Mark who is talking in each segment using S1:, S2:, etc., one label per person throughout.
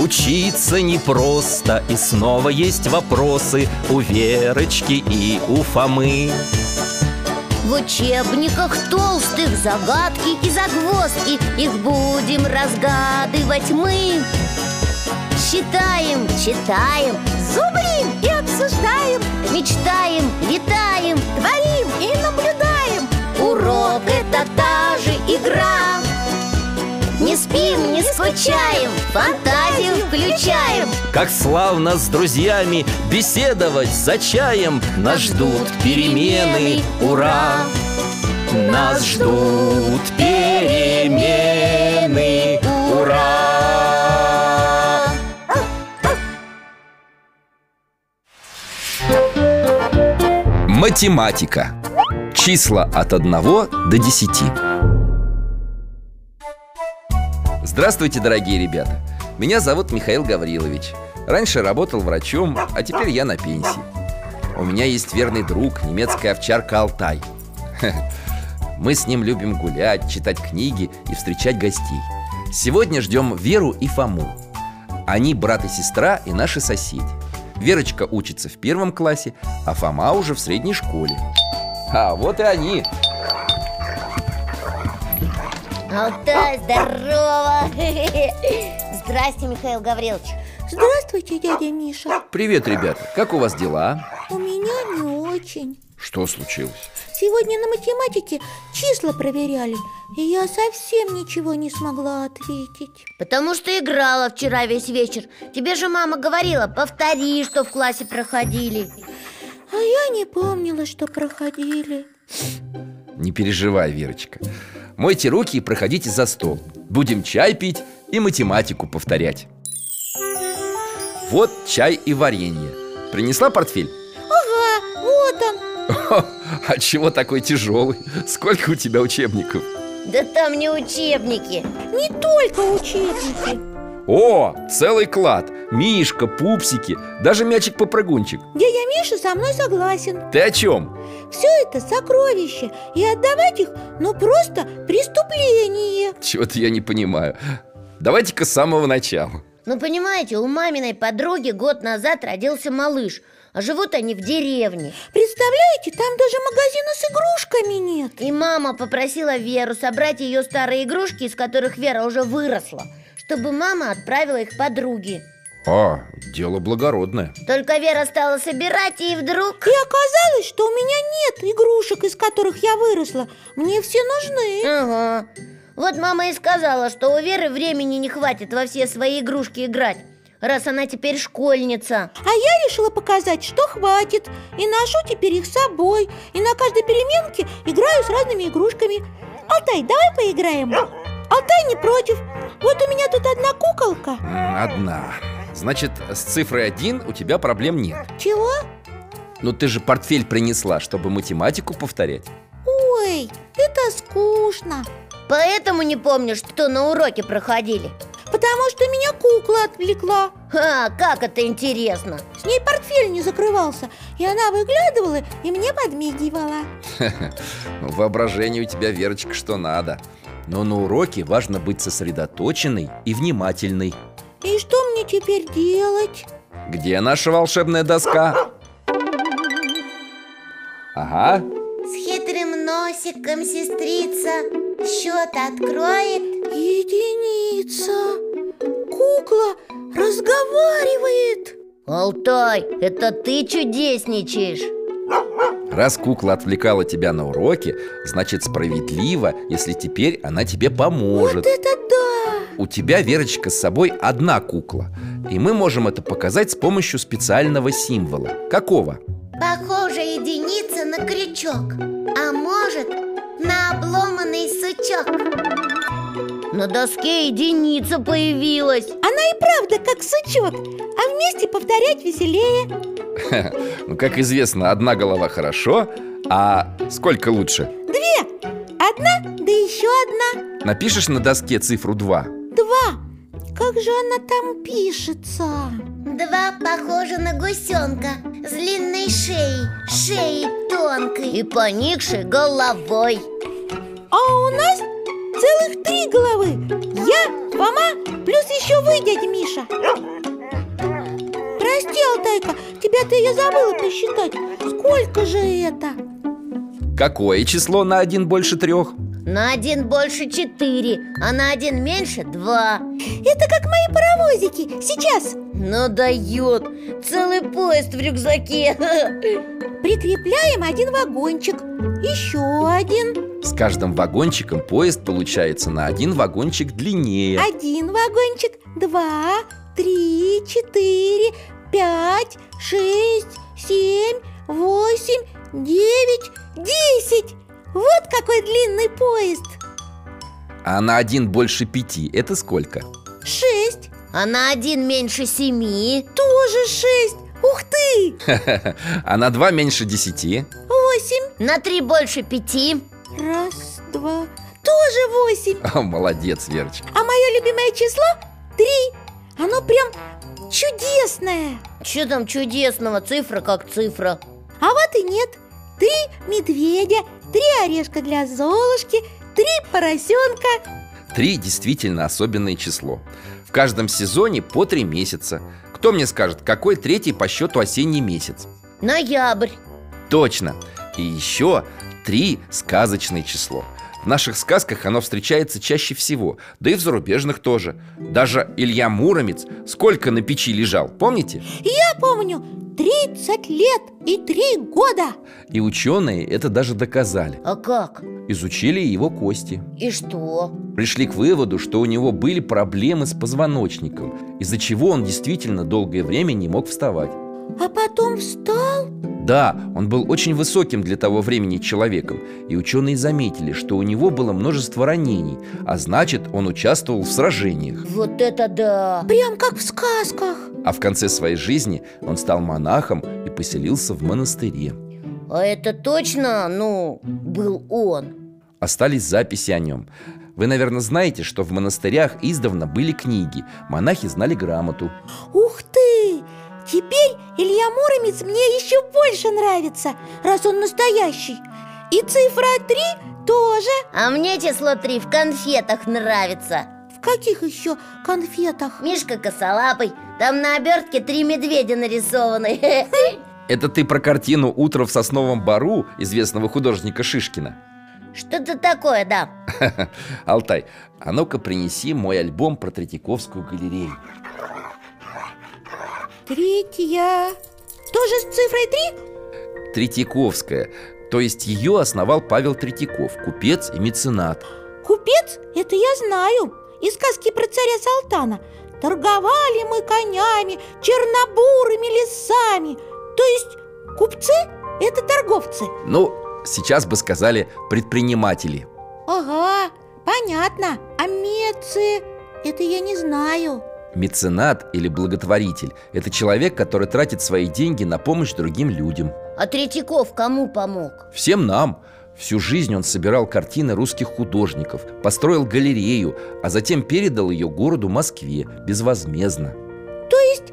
S1: учиться непросто И снова есть вопросы у Верочки и у Фомы
S2: В учебниках толстых загадки и загвоздки Их будем разгадывать мы Считаем, читаем,
S3: зубрим и обсуждаем
S2: мечтаем, летаем
S3: Творим и наблюдаем
S2: Урок – это та же игра Не спим, не скучаем, фантазию включаем
S1: Как славно с друзьями беседовать за чаем Нас ждут перемены, ура! Нас ждут перемены, ура! Математика. Числа от 1 до 10. Здравствуйте, дорогие ребята. Меня зовут Михаил Гаврилович. Раньше работал врачом, а теперь я на пенсии. У меня есть верный друг, немецкая овчарка Алтай. Мы с ним любим гулять, читать книги и встречать гостей. Сегодня ждем Веру и Фому. Они брат и сестра и наши соседи. Верочка учится в первом классе, а Фома уже в средней школе. А вот и они.
S2: Алтай, здорово! Здрасте, Михаил Гаврилович
S3: Здравствуйте, дядя Миша
S1: Привет, ребята. Как у вас дела?
S3: У меня не очень
S1: Что случилось?
S3: Сегодня на математике числа проверяли И я совсем ничего не смогла ответить
S2: Потому что играла вчера весь вечер Тебе же мама говорила, повтори, что в классе проходили
S3: А я не помнила, что проходили
S1: Не переживай, Верочка. Мойте руки и проходите за стол. Будем чай пить и математику повторять. Вот чай и варенье. Принесла портфель?
S3: Ага, А, вот он
S1: Хо, а чего такой тяжелый? Сколько у тебя учебников?
S2: Да там не учебники
S3: Не только учебники
S1: О, целый клад! Мишка, пупсики, даже мячик-попрыгунчик.
S3: Дядя Миша со мной согласен
S1: Ты о чем?
S3: Все это сокровища И отдавать их, ну просто преступление
S1: Чего-то я не понимаю. Давайте-ка с самого начала.
S2: Ну, понимаете, у маминой подруги год назад родился малыш А живут они в деревне
S3: Представляете, там даже магазина с игрушками нет
S2: И мама попросила Веру собрать ее старые игрушки, из которых Вера уже выросла Чтобы мама отправила их подруге
S1: А, дело благородное.
S2: Только Вера стала собирать, и вдруг...
S3: И оказалось, что у меня нет игрушек, из которых я выросла Мне все нужны
S2: Ага Вот мама и сказала, что у Веры времени не хватит во все свои игрушки играть Раз она теперь школьница
S3: А я решила показать, что хватит И ношу теперь их с собой И на каждой переменке играю с разными игрушками Алтай, давай поиграем Алтай не против Вот у меня тут одна куколка
S1: М, Одна. Значит, с цифрой один у тебя проблем нет.
S3: Чего?
S1: Но Ну, ты же портфель принесла, чтобы математику повторять.
S3: Ой, это скучно
S2: Поэтому не помню, что на уроке проходили
S3: Потому что меня кукла отвлекла
S2: Ха, как это интересно
S3: С ней портфель не закрывался И она выглядывала и мне подмигивала
S1: Ну, Воображение у тебя, Верочка, что надо. Но на уроке важно быть сосредоточенной и внимательной.
S3: И что мне теперь делать?
S1: Где наша волшебная доска? Ага,
S2: С хитрым носиком сестрица счет откроет
S3: Единица Кукла разговаривает
S2: Алтай, это ты чудесничаешь
S1: раз кукла отвлекала тебя на уроки, значит справедливо, если теперь она тебе
S3: Вот
S1: поможет.
S3: это да!
S1: У тебя, Верочка, с собой одна кукла, и мы можем это показать с помощью специального символа. Какого?
S2: Похожа единица на крючок, а может на обломанный сучок На доске единица появилась
S3: Она и правда как сучок А вместе повторять веселее
S1: Ну, как известно, одна голова хорошо, а сколько лучше?
S3: Две Одна, да еще одна
S1: Напишешь на доске цифру 2
S3: Два Как же она там пишется?
S2: Два похожа на гусенка с длинной шеей, шеей тонкой И поникшей головой
S3: А у нас целых три головы Я, Фома, плюс еще вы, дядя Миша Прости, Алтайка, тебя-то я забыла посчитать Сколько же это?
S1: Какое число на один больше трех?
S2: На один больше четыре, а на один меньше два
S3: Это как мои паровозики, сейчас
S2: Ну дает, целый поезд в рюкзаке
S3: Прикрепляем один вагончик Еще один
S1: С каждым вагончиком поезд получается на один вагончик длиннее
S3: Один вагончик Два, три, четыре, пять, шесть, семь, восемь, девять, десять Вот какой длинный поезд
S1: А на один больше пяти это сколько?
S3: Шесть,
S2: А на один меньше семи
S3: тоже шесть Ух ты!
S1: А на два меньше десяти?
S3: Восемь
S2: На три больше пяти
S3: Раз, два Тоже восемь
S1: О, молодец, Верочка
S3: А мое любимое число три Оно прям чудесное
S2: Че там чудесного, цифра как цифра
S3: А вот и нет Три медведя, три орешка для Золушки, три поросенка
S1: Три действительно особенное число В каждом сезоне по три месяца Кто мне скажет, какой третий по счету осенний месяц?
S2: Ноябрь
S1: Точно! И еще три сказочное число В наших сказках оно встречается чаще всего Да и в зарубежных тоже Даже Илья Муромец сколько на печи лежал, помните?
S3: Я помню, 30 лет и три года
S1: И ученые это даже доказали
S2: А как?
S1: Изучили его кости
S2: И что?
S1: Пришли к выводу, что у него были проблемы с позвоночником Из-за чего он действительно долгое время не мог вставать
S3: А потом встал
S1: Да, он был очень высоким для того времени человеком, и ученые заметили, что у него было множество ранений, а значит, он участвовал в сражениях.
S2: Вот это да!
S3: Прям как в сказках
S1: А в конце своей жизни он стал монахом и поселился в монастыре.
S2: А это точно, ну, был он?
S1: Остались записи о нем. Вы, наверное, знаете, что в монастырях издавна были книги, монахи знали грамоту.
S3: Ух ты! Теперь Илья Муромец мне еще больше нравится, раз он настоящий И цифра 3 тоже
S2: А мне число три в конфетах нравится
S3: В каких еще конфетах?
S2: Мишка косолапый, там на обертке три медведя нарисованы
S1: Это ты про картину «Утро в сосновом бару» известного художника Шишкина.
S2: Что-то такое, да
S1: Алтай, а ну-ка принеси мой альбом про Третьяковскую галерею.
S3: Третья Тоже с цифрой 3?
S1: Третьяковская, то есть ее основал Павел Третьяков, купец и меценат.
S3: Купец, это я знаю Из сказки про царя Салтана Торговали мы конями, чернобурыми лесами То есть купцы – это торговцы
S1: Ну, сейчас бы сказали предприниматели.
S3: Ага, понятно А мецы – это я не знаю
S1: Меценат или благотворитель – это человек, который тратит свои деньги на помощь другим людям.
S2: А Третьяков кому помог?
S1: Всем нам. Всю жизнь он собирал картины русских художников, построил галерею, а затем передал ее городу Москве безвозмездно.
S3: То есть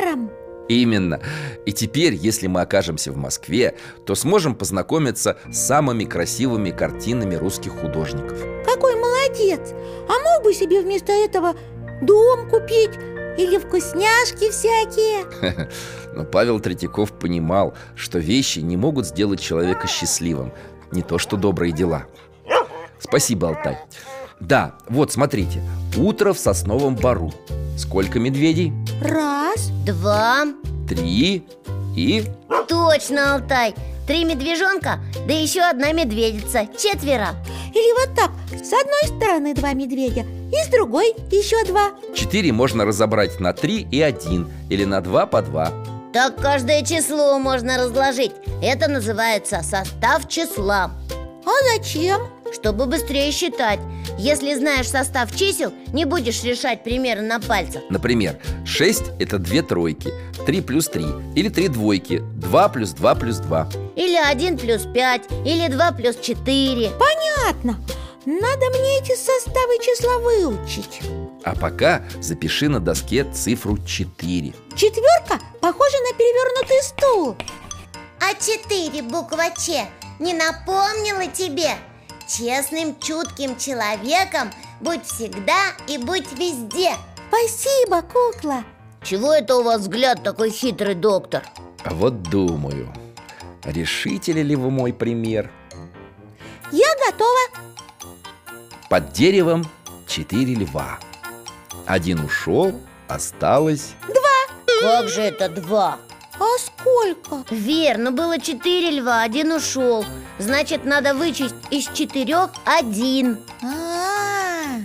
S3: даром
S1: Именно. И теперь, если мы окажемся в Москве, то сможем познакомиться с самыми красивыми картинами русских художников.
S3: Какой молодец А мог бы себе вместо этого дом купить Или вкусняшки всякие
S1: Но Павел Третьяков понимал, что вещи не могут сделать человека счастливым, не то что добрые дела. Спасибо, Алтай. Да, вот смотрите, утро в сосновом бару. Сколько медведей?
S3: Раз,
S2: Два
S1: Три и...
S2: Точно, Алтай Три медвежонка, да еще одна медведица Четверо
S3: Или вот так, с одной стороны два медведя И с другой еще два
S1: Четыре можно разобрать на три и один, или на два по два.
S2: Так каждое число можно разложить Это называется состав числа
S3: А зачем?
S2: Чтобы быстрее считать Если знаешь состав чисел, не будешь решать примеры на пальцах
S1: Например, 6 – это две тройки, 3 плюс 3, или 3 двойки, 2 плюс 2 плюс 2.
S2: Или 1 плюс 5, или 2 плюс 4
S3: Понятно Надо мне эти составы числа выучить
S1: А пока запиши на доске цифру 4.
S3: Четверка похожа на перевернутый стул
S4: А четыре буква Ч не напомнила тебе? Честным, чутким человеком будь всегда и будь везде.
S3: Спасибо, кукла
S2: Чего это у вас взгляд такой хитрый, доктор?
S1: А Вот думаю, решите ли вы мой пример?
S3: Я готова
S1: Под деревом четыре льва. Один ушел, осталось...
S2: Как же это два?
S3: А сколько?
S2: Верно, ну было четыре льва, один ушел Значит, надо вычесть из четырех один
S3: А,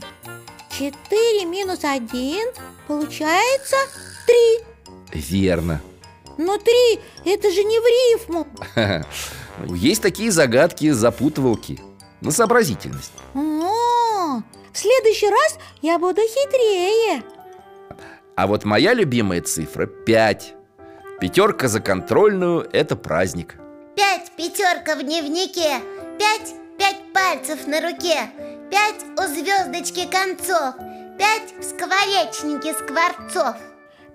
S3: четыре минус один получается три
S1: Верно.
S3: Но три, это же не в рифму
S1: Есть такие загадки, запутывалки. На сообразительность.
S3: О, В следующий раз я буду хитрее
S1: А вот моя любимая цифра – 5 Пятерка за контрольную – это праздник
S4: Пять пятерка в дневнике, пять, пять пальцев на руке, пять у звездочки концов, пять в скворечнике скворцов.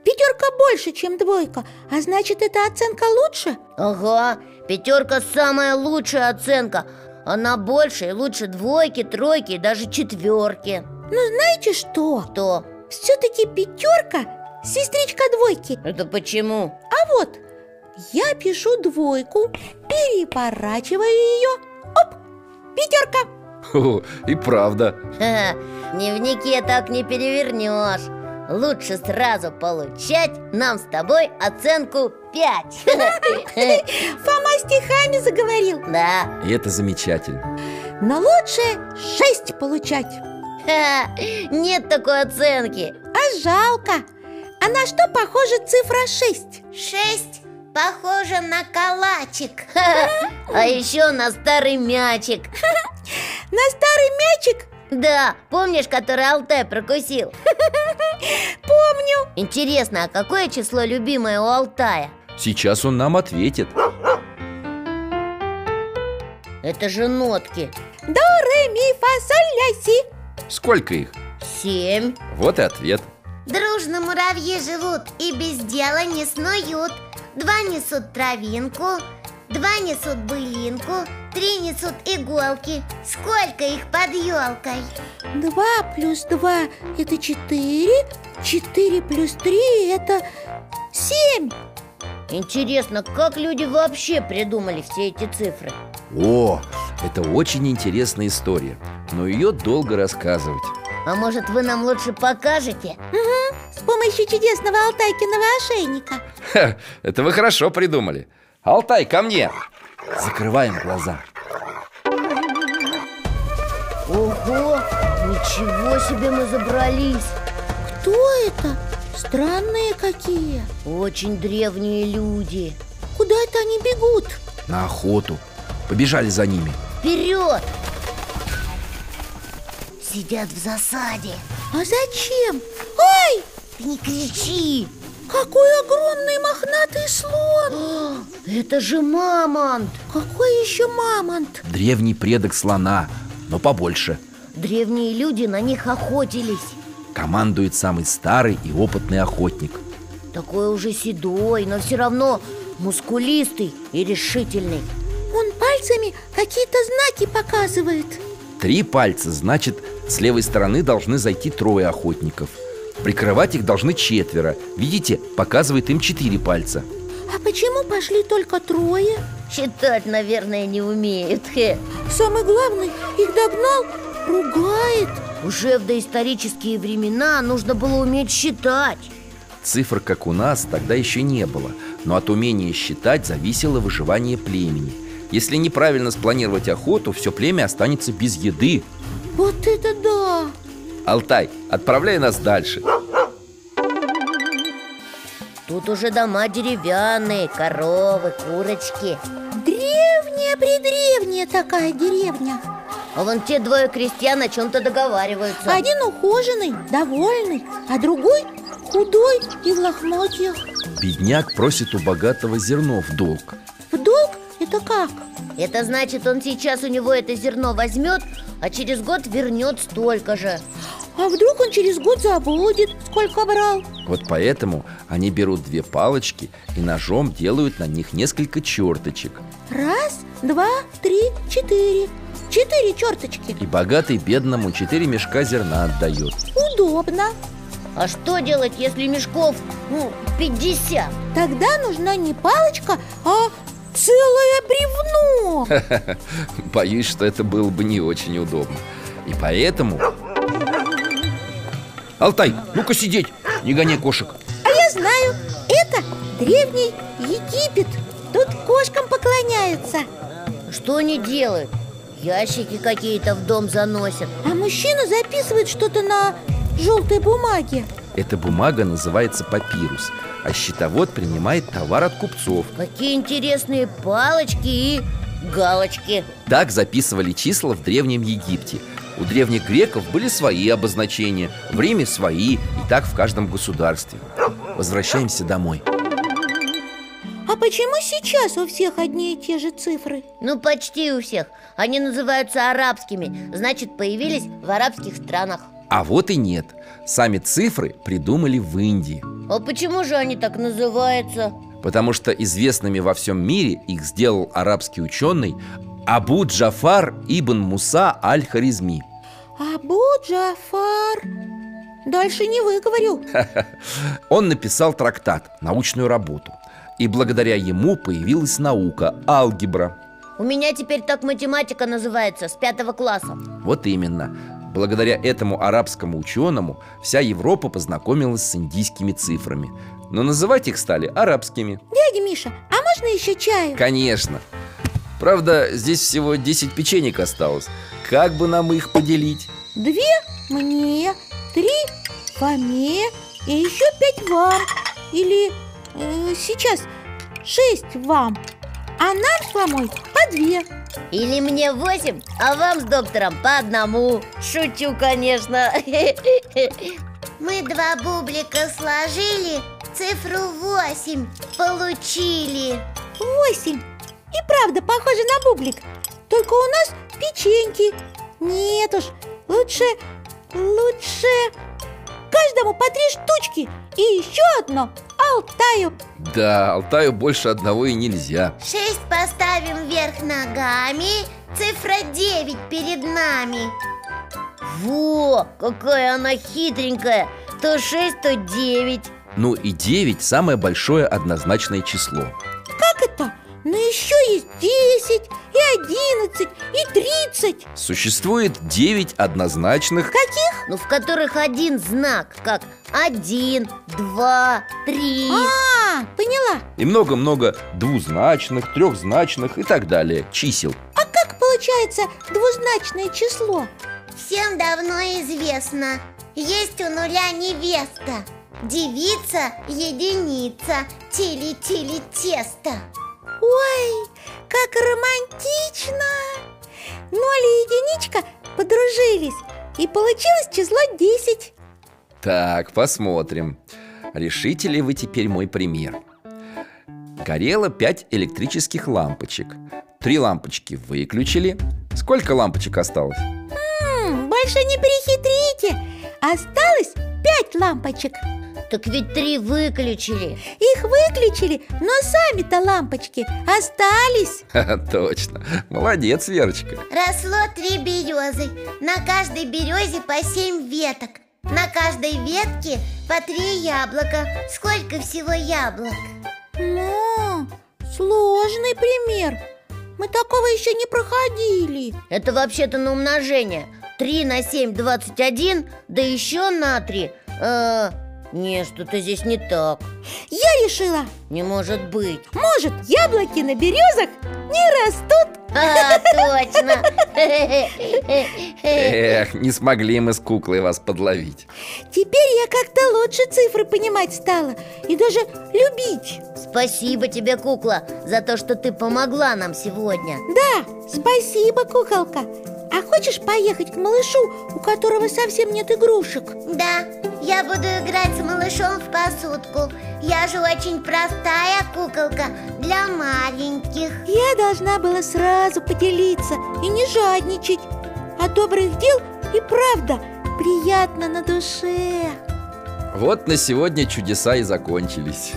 S3: Пятерка больше, чем двойка А значит, эта оценка лучше?
S2: Ага, пятерка самая лучшая оценка Она больше и лучше двойки, тройки и даже четверки
S3: Но знаете что?
S2: Что?
S3: Все-таки пятерка сестричка двойки
S2: Это почему?
S3: А вот, я пишу двойку Переворачиваю ее Оп, пятерка
S1: Хо-хо, И правда
S2: Ха, В дневнике так не перевернешь Лучше сразу получать нам с тобой оценку 5
S3: Фома стихами заговорил
S2: Да,
S1: И это замечательно
S3: Но лучше шесть получать
S2: Ха, нет такой оценки
S3: А жалко А на что похожа цифра шесть?
S4: Шесть похоже на калачик.
S2: Ха, А еще на старый мячик
S3: На старый мячик?
S2: Да, помнишь, который Алтай прокусил?
S3: Помню
S2: Интересно, а какое число любимое у Алтая?
S1: Сейчас он нам ответит
S2: Это же нотки
S3: До, ре, ми, фа, соль, ля, си
S1: Сколько их?
S2: Семь
S1: Вот и ответ
S4: Дружно муравьи живут и без дела не снуют. Два несут травинку, два несут былинку, три несут иголки. Сколько их под елкой?
S3: Два плюс два – это четыре Четыре плюс три – это семь
S2: Интересно, как люди вообще придумали все эти цифры?
S1: О, это очень интересная история Но ее долго рассказывать
S2: А может, вы нам лучше покажете?
S3: С помощью чудесного алтайкиного ошейника
S1: Ха, это вы хорошо придумали Алтай, ко мне! Закрываем глаза
S2: Ого, ничего себе мы забрались
S3: Кто это? Странные какие
S2: Очень древние люди
S3: Куда это они бегут?
S1: на охоту Побежали за ними
S2: Вперед!
S4: Сидят в засаде.
S3: А зачем? Ой,
S4: Ты не кричи.
S3: какой огромный мохнатый слон
S2: Это же мамонт!
S3: Какой еще мамонт?
S1: Древний предок слона, но побольше
S2: Древние люди на них охотились
S1: Командует самый старый и опытный охотник
S2: Такой уже седой, но все равно мускулистый и решительный
S3: Он пальцами какие-то знаки показывает
S1: Три пальца, значит, с левой стороны должны зайти трое охотников. Прикрывать их должны четверо. Видите, показывает им четыре пальца.
S3: А почему пошли только трое?
S2: Считать, наверное, не умеет Хе.
S3: Самый главный их догнал, ругает
S2: Уже в доисторические времена нужно было уметь считать
S1: Цифр, как у нас, тогда еще не было, но от умения считать зависело выживание племени. Если неправильно спланировать охоту, все племя останется без еды.
S3: Вот это да!
S1: Алтай, отправляй нас дальше.
S2: Тут уже дома деревянные, коровы, курочки
S3: Древняя-предревняя такая деревня
S2: А вон те двое крестьян о чем-то договариваются
S3: Один ухоженный, довольный, а другой худой и в лохмотьях
S1: Бедняк просит у богатого зерно в долг.
S3: В долг это как?
S2: Это значит, он сейчас у него это зерно возьмет, а через год вернет столько же
S3: А вдруг он через год забудет, сколько брал?
S1: Вот поэтому они берут две палочки и ножом делают на них несколько черточек.
S3: Раз, два, три, четыре четыре черточки
S1: И богатый бедному четыре мешка зерна отдает
S3: Удобно
S2: А что делать, если мешков, ну, 50?
S3: Тогда нужна не палочка, а целое бревно
S1: Боюсь, что это было бы не очень удобно И поэтому... Алтай, ну-ка сидеть, не гоняй кошек
S3: А я знаю, это древний Египет Тут кошкам поклоняются
S2: Что они делают? Ящики какие-то в дом заносят
S3: А мужчина записывает что-то на желтой бумаге
S1: Эта бумага называется папирус А счетовод принимает товар от купцов
S2: Какие интересные палочки и галочки
S1: Так записывали числа в Древнем Египте У древних греков были свои обозначения В Риме свои И так в каждом государстве Возвращаемся домой
S3: А почему сейчас у всех одни и те же цифры?
S2: Ну, почти у всех Они называются арабскими Значит, появились в арабских странах
S1: А вот и нет Сами цифры придумали в Индии
S2: А почему же они так называются?
S1: Потому что известными во всем мире их сделал арабский ученый Абу Джафар Ибн Муса Аль-Харизми
S3: Абу А Джафар Дальше не выговорил
S1: Он написал трактат, научную работу И благодаря ему появилась наука, алгебра
S2: У меня теперь так математика называется с пятого класса
S1: Вот именно. Благодаря этому арабскому ученому вся Европа познакомилась с индийскими цифрами. Но называть их стали арабскими.
S3: Дядя Миша, а можно еще чаю?
S1: Конечно. Правда, здесь всего 10 печенек осталось. Как бы нам их поделить?
S3: Две мне, три Фоме и еще пять вам Или э, сейчас шесть вам А нам с Фомой по две
S2: Или мне восемь, а вам с доктором по одному Шучу, конечно
S4: Мы два бублика сложили, цифру 8 получили.
S3: Восемь И правда похоже на бублик Только у нас печеньки Нет уж, лучше, лучше Каждому по три штучки И еще одно Алтаю
S1: Да, Алтаю больше одного и нельзя.
S4: 6 поставим вверх ногами, цифра 9 перед нами.
S2: Во, какая она хитренькая То шесть, то девять
S1: Ну и 9 – самое большое однозначное число.
S3: Как это? Но еще есть десять и одиннадцать и тридцать
S1: Существует 9 однозначных
S3: Каких?
S2: Ну, в которых один знак, как один, два, три
S3: А, поняла
S1: и много-много двузначных, трехзначных и так далее чисел.
S3: А как получается двузначное число?
S4: Всем давно известно, есть у нуля невеста. Девица, единица, тили-тили тесто.
S3: Ой, как романтично! Ноль и единичка подружились И получилось число 10
S1: Так, посмотрим. Решите ли вы теперь мой пример? Горело 5 электрических лампочек. Три лампочки выключили. Сколько лампочек осталось?
S3: М, Хм, Больше не перехитрите Осталось 5 лампочек
S2: Так ведь три выключили
S3: Их выключили, но сами-то лампочки остались
S1: Ха-ха, точно. Молодец, Верочка.
S4: Росло три березы, на каждой березе по семь веток. На каждой ветке по три яблока. Сколько всего яблок?
S3: Ну, сложный пример Мы такого еще не проходили
S2: Это вообще-то на умножение Три на семь, двадцать один Да еще на три Э, Не, что-то здесь не так
S3: Я решила,
S2: Не может быть
S3: может, яблоки на березах не растут
S2: А, точно
S1: Эх, не смогли мы с куклой вас подловить.
S3: Теперь я как-то лучше цифры понимать стала И даже любить
S2: Спасибо тебе, кукла За то, что ты помогла нам сегодня
S3: Да, спасибо, куколка А хочешь поехать к малышу, у которого совсем нет игрушек?
S4: Да, я буду играть с малышом в посудку. Я же очень простая куколка для маленьких.
S3: Я должна была сразу поделиться и не жадничать От добрых дел и правда приятно на душе
S1: Вот на сегодня чудеса и закончились.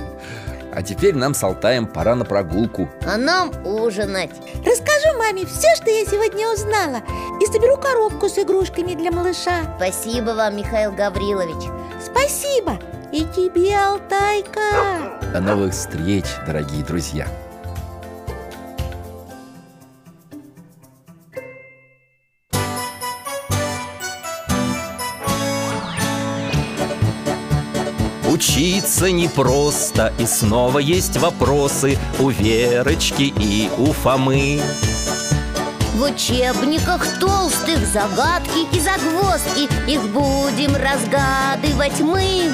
S1: А теперь нам с Алтаем пора на прогулку
S2: А нам ужинать
S3: Расскажу маме все, что я сегодня узнала И соберу коробку с игрушками для малыша
S2: Спасибо вам, Михаил Гаврилович
S3: Спасибо! И тебе, Алтайка!
S1: До новых встреч, дорогие друзья! Учиться непросто, и снова есть вопросы у Верочки и у Фомы.
S2: В учебниках толстых загадки и загвоздки Их будем разгадывать мы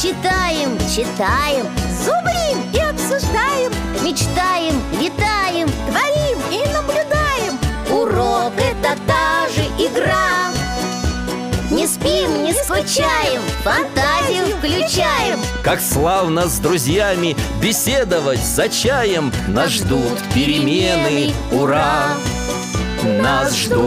S2: Считаем, читаем, зубрим и обсуждаем Мечтаем, летаем, творим и наблюдаем Урок это та же игра Не спим, не скучаем, фантазию включаем
S1: Как славно с друзьями беседовать за чаем Нас ждут перемены, ура! Нас ждут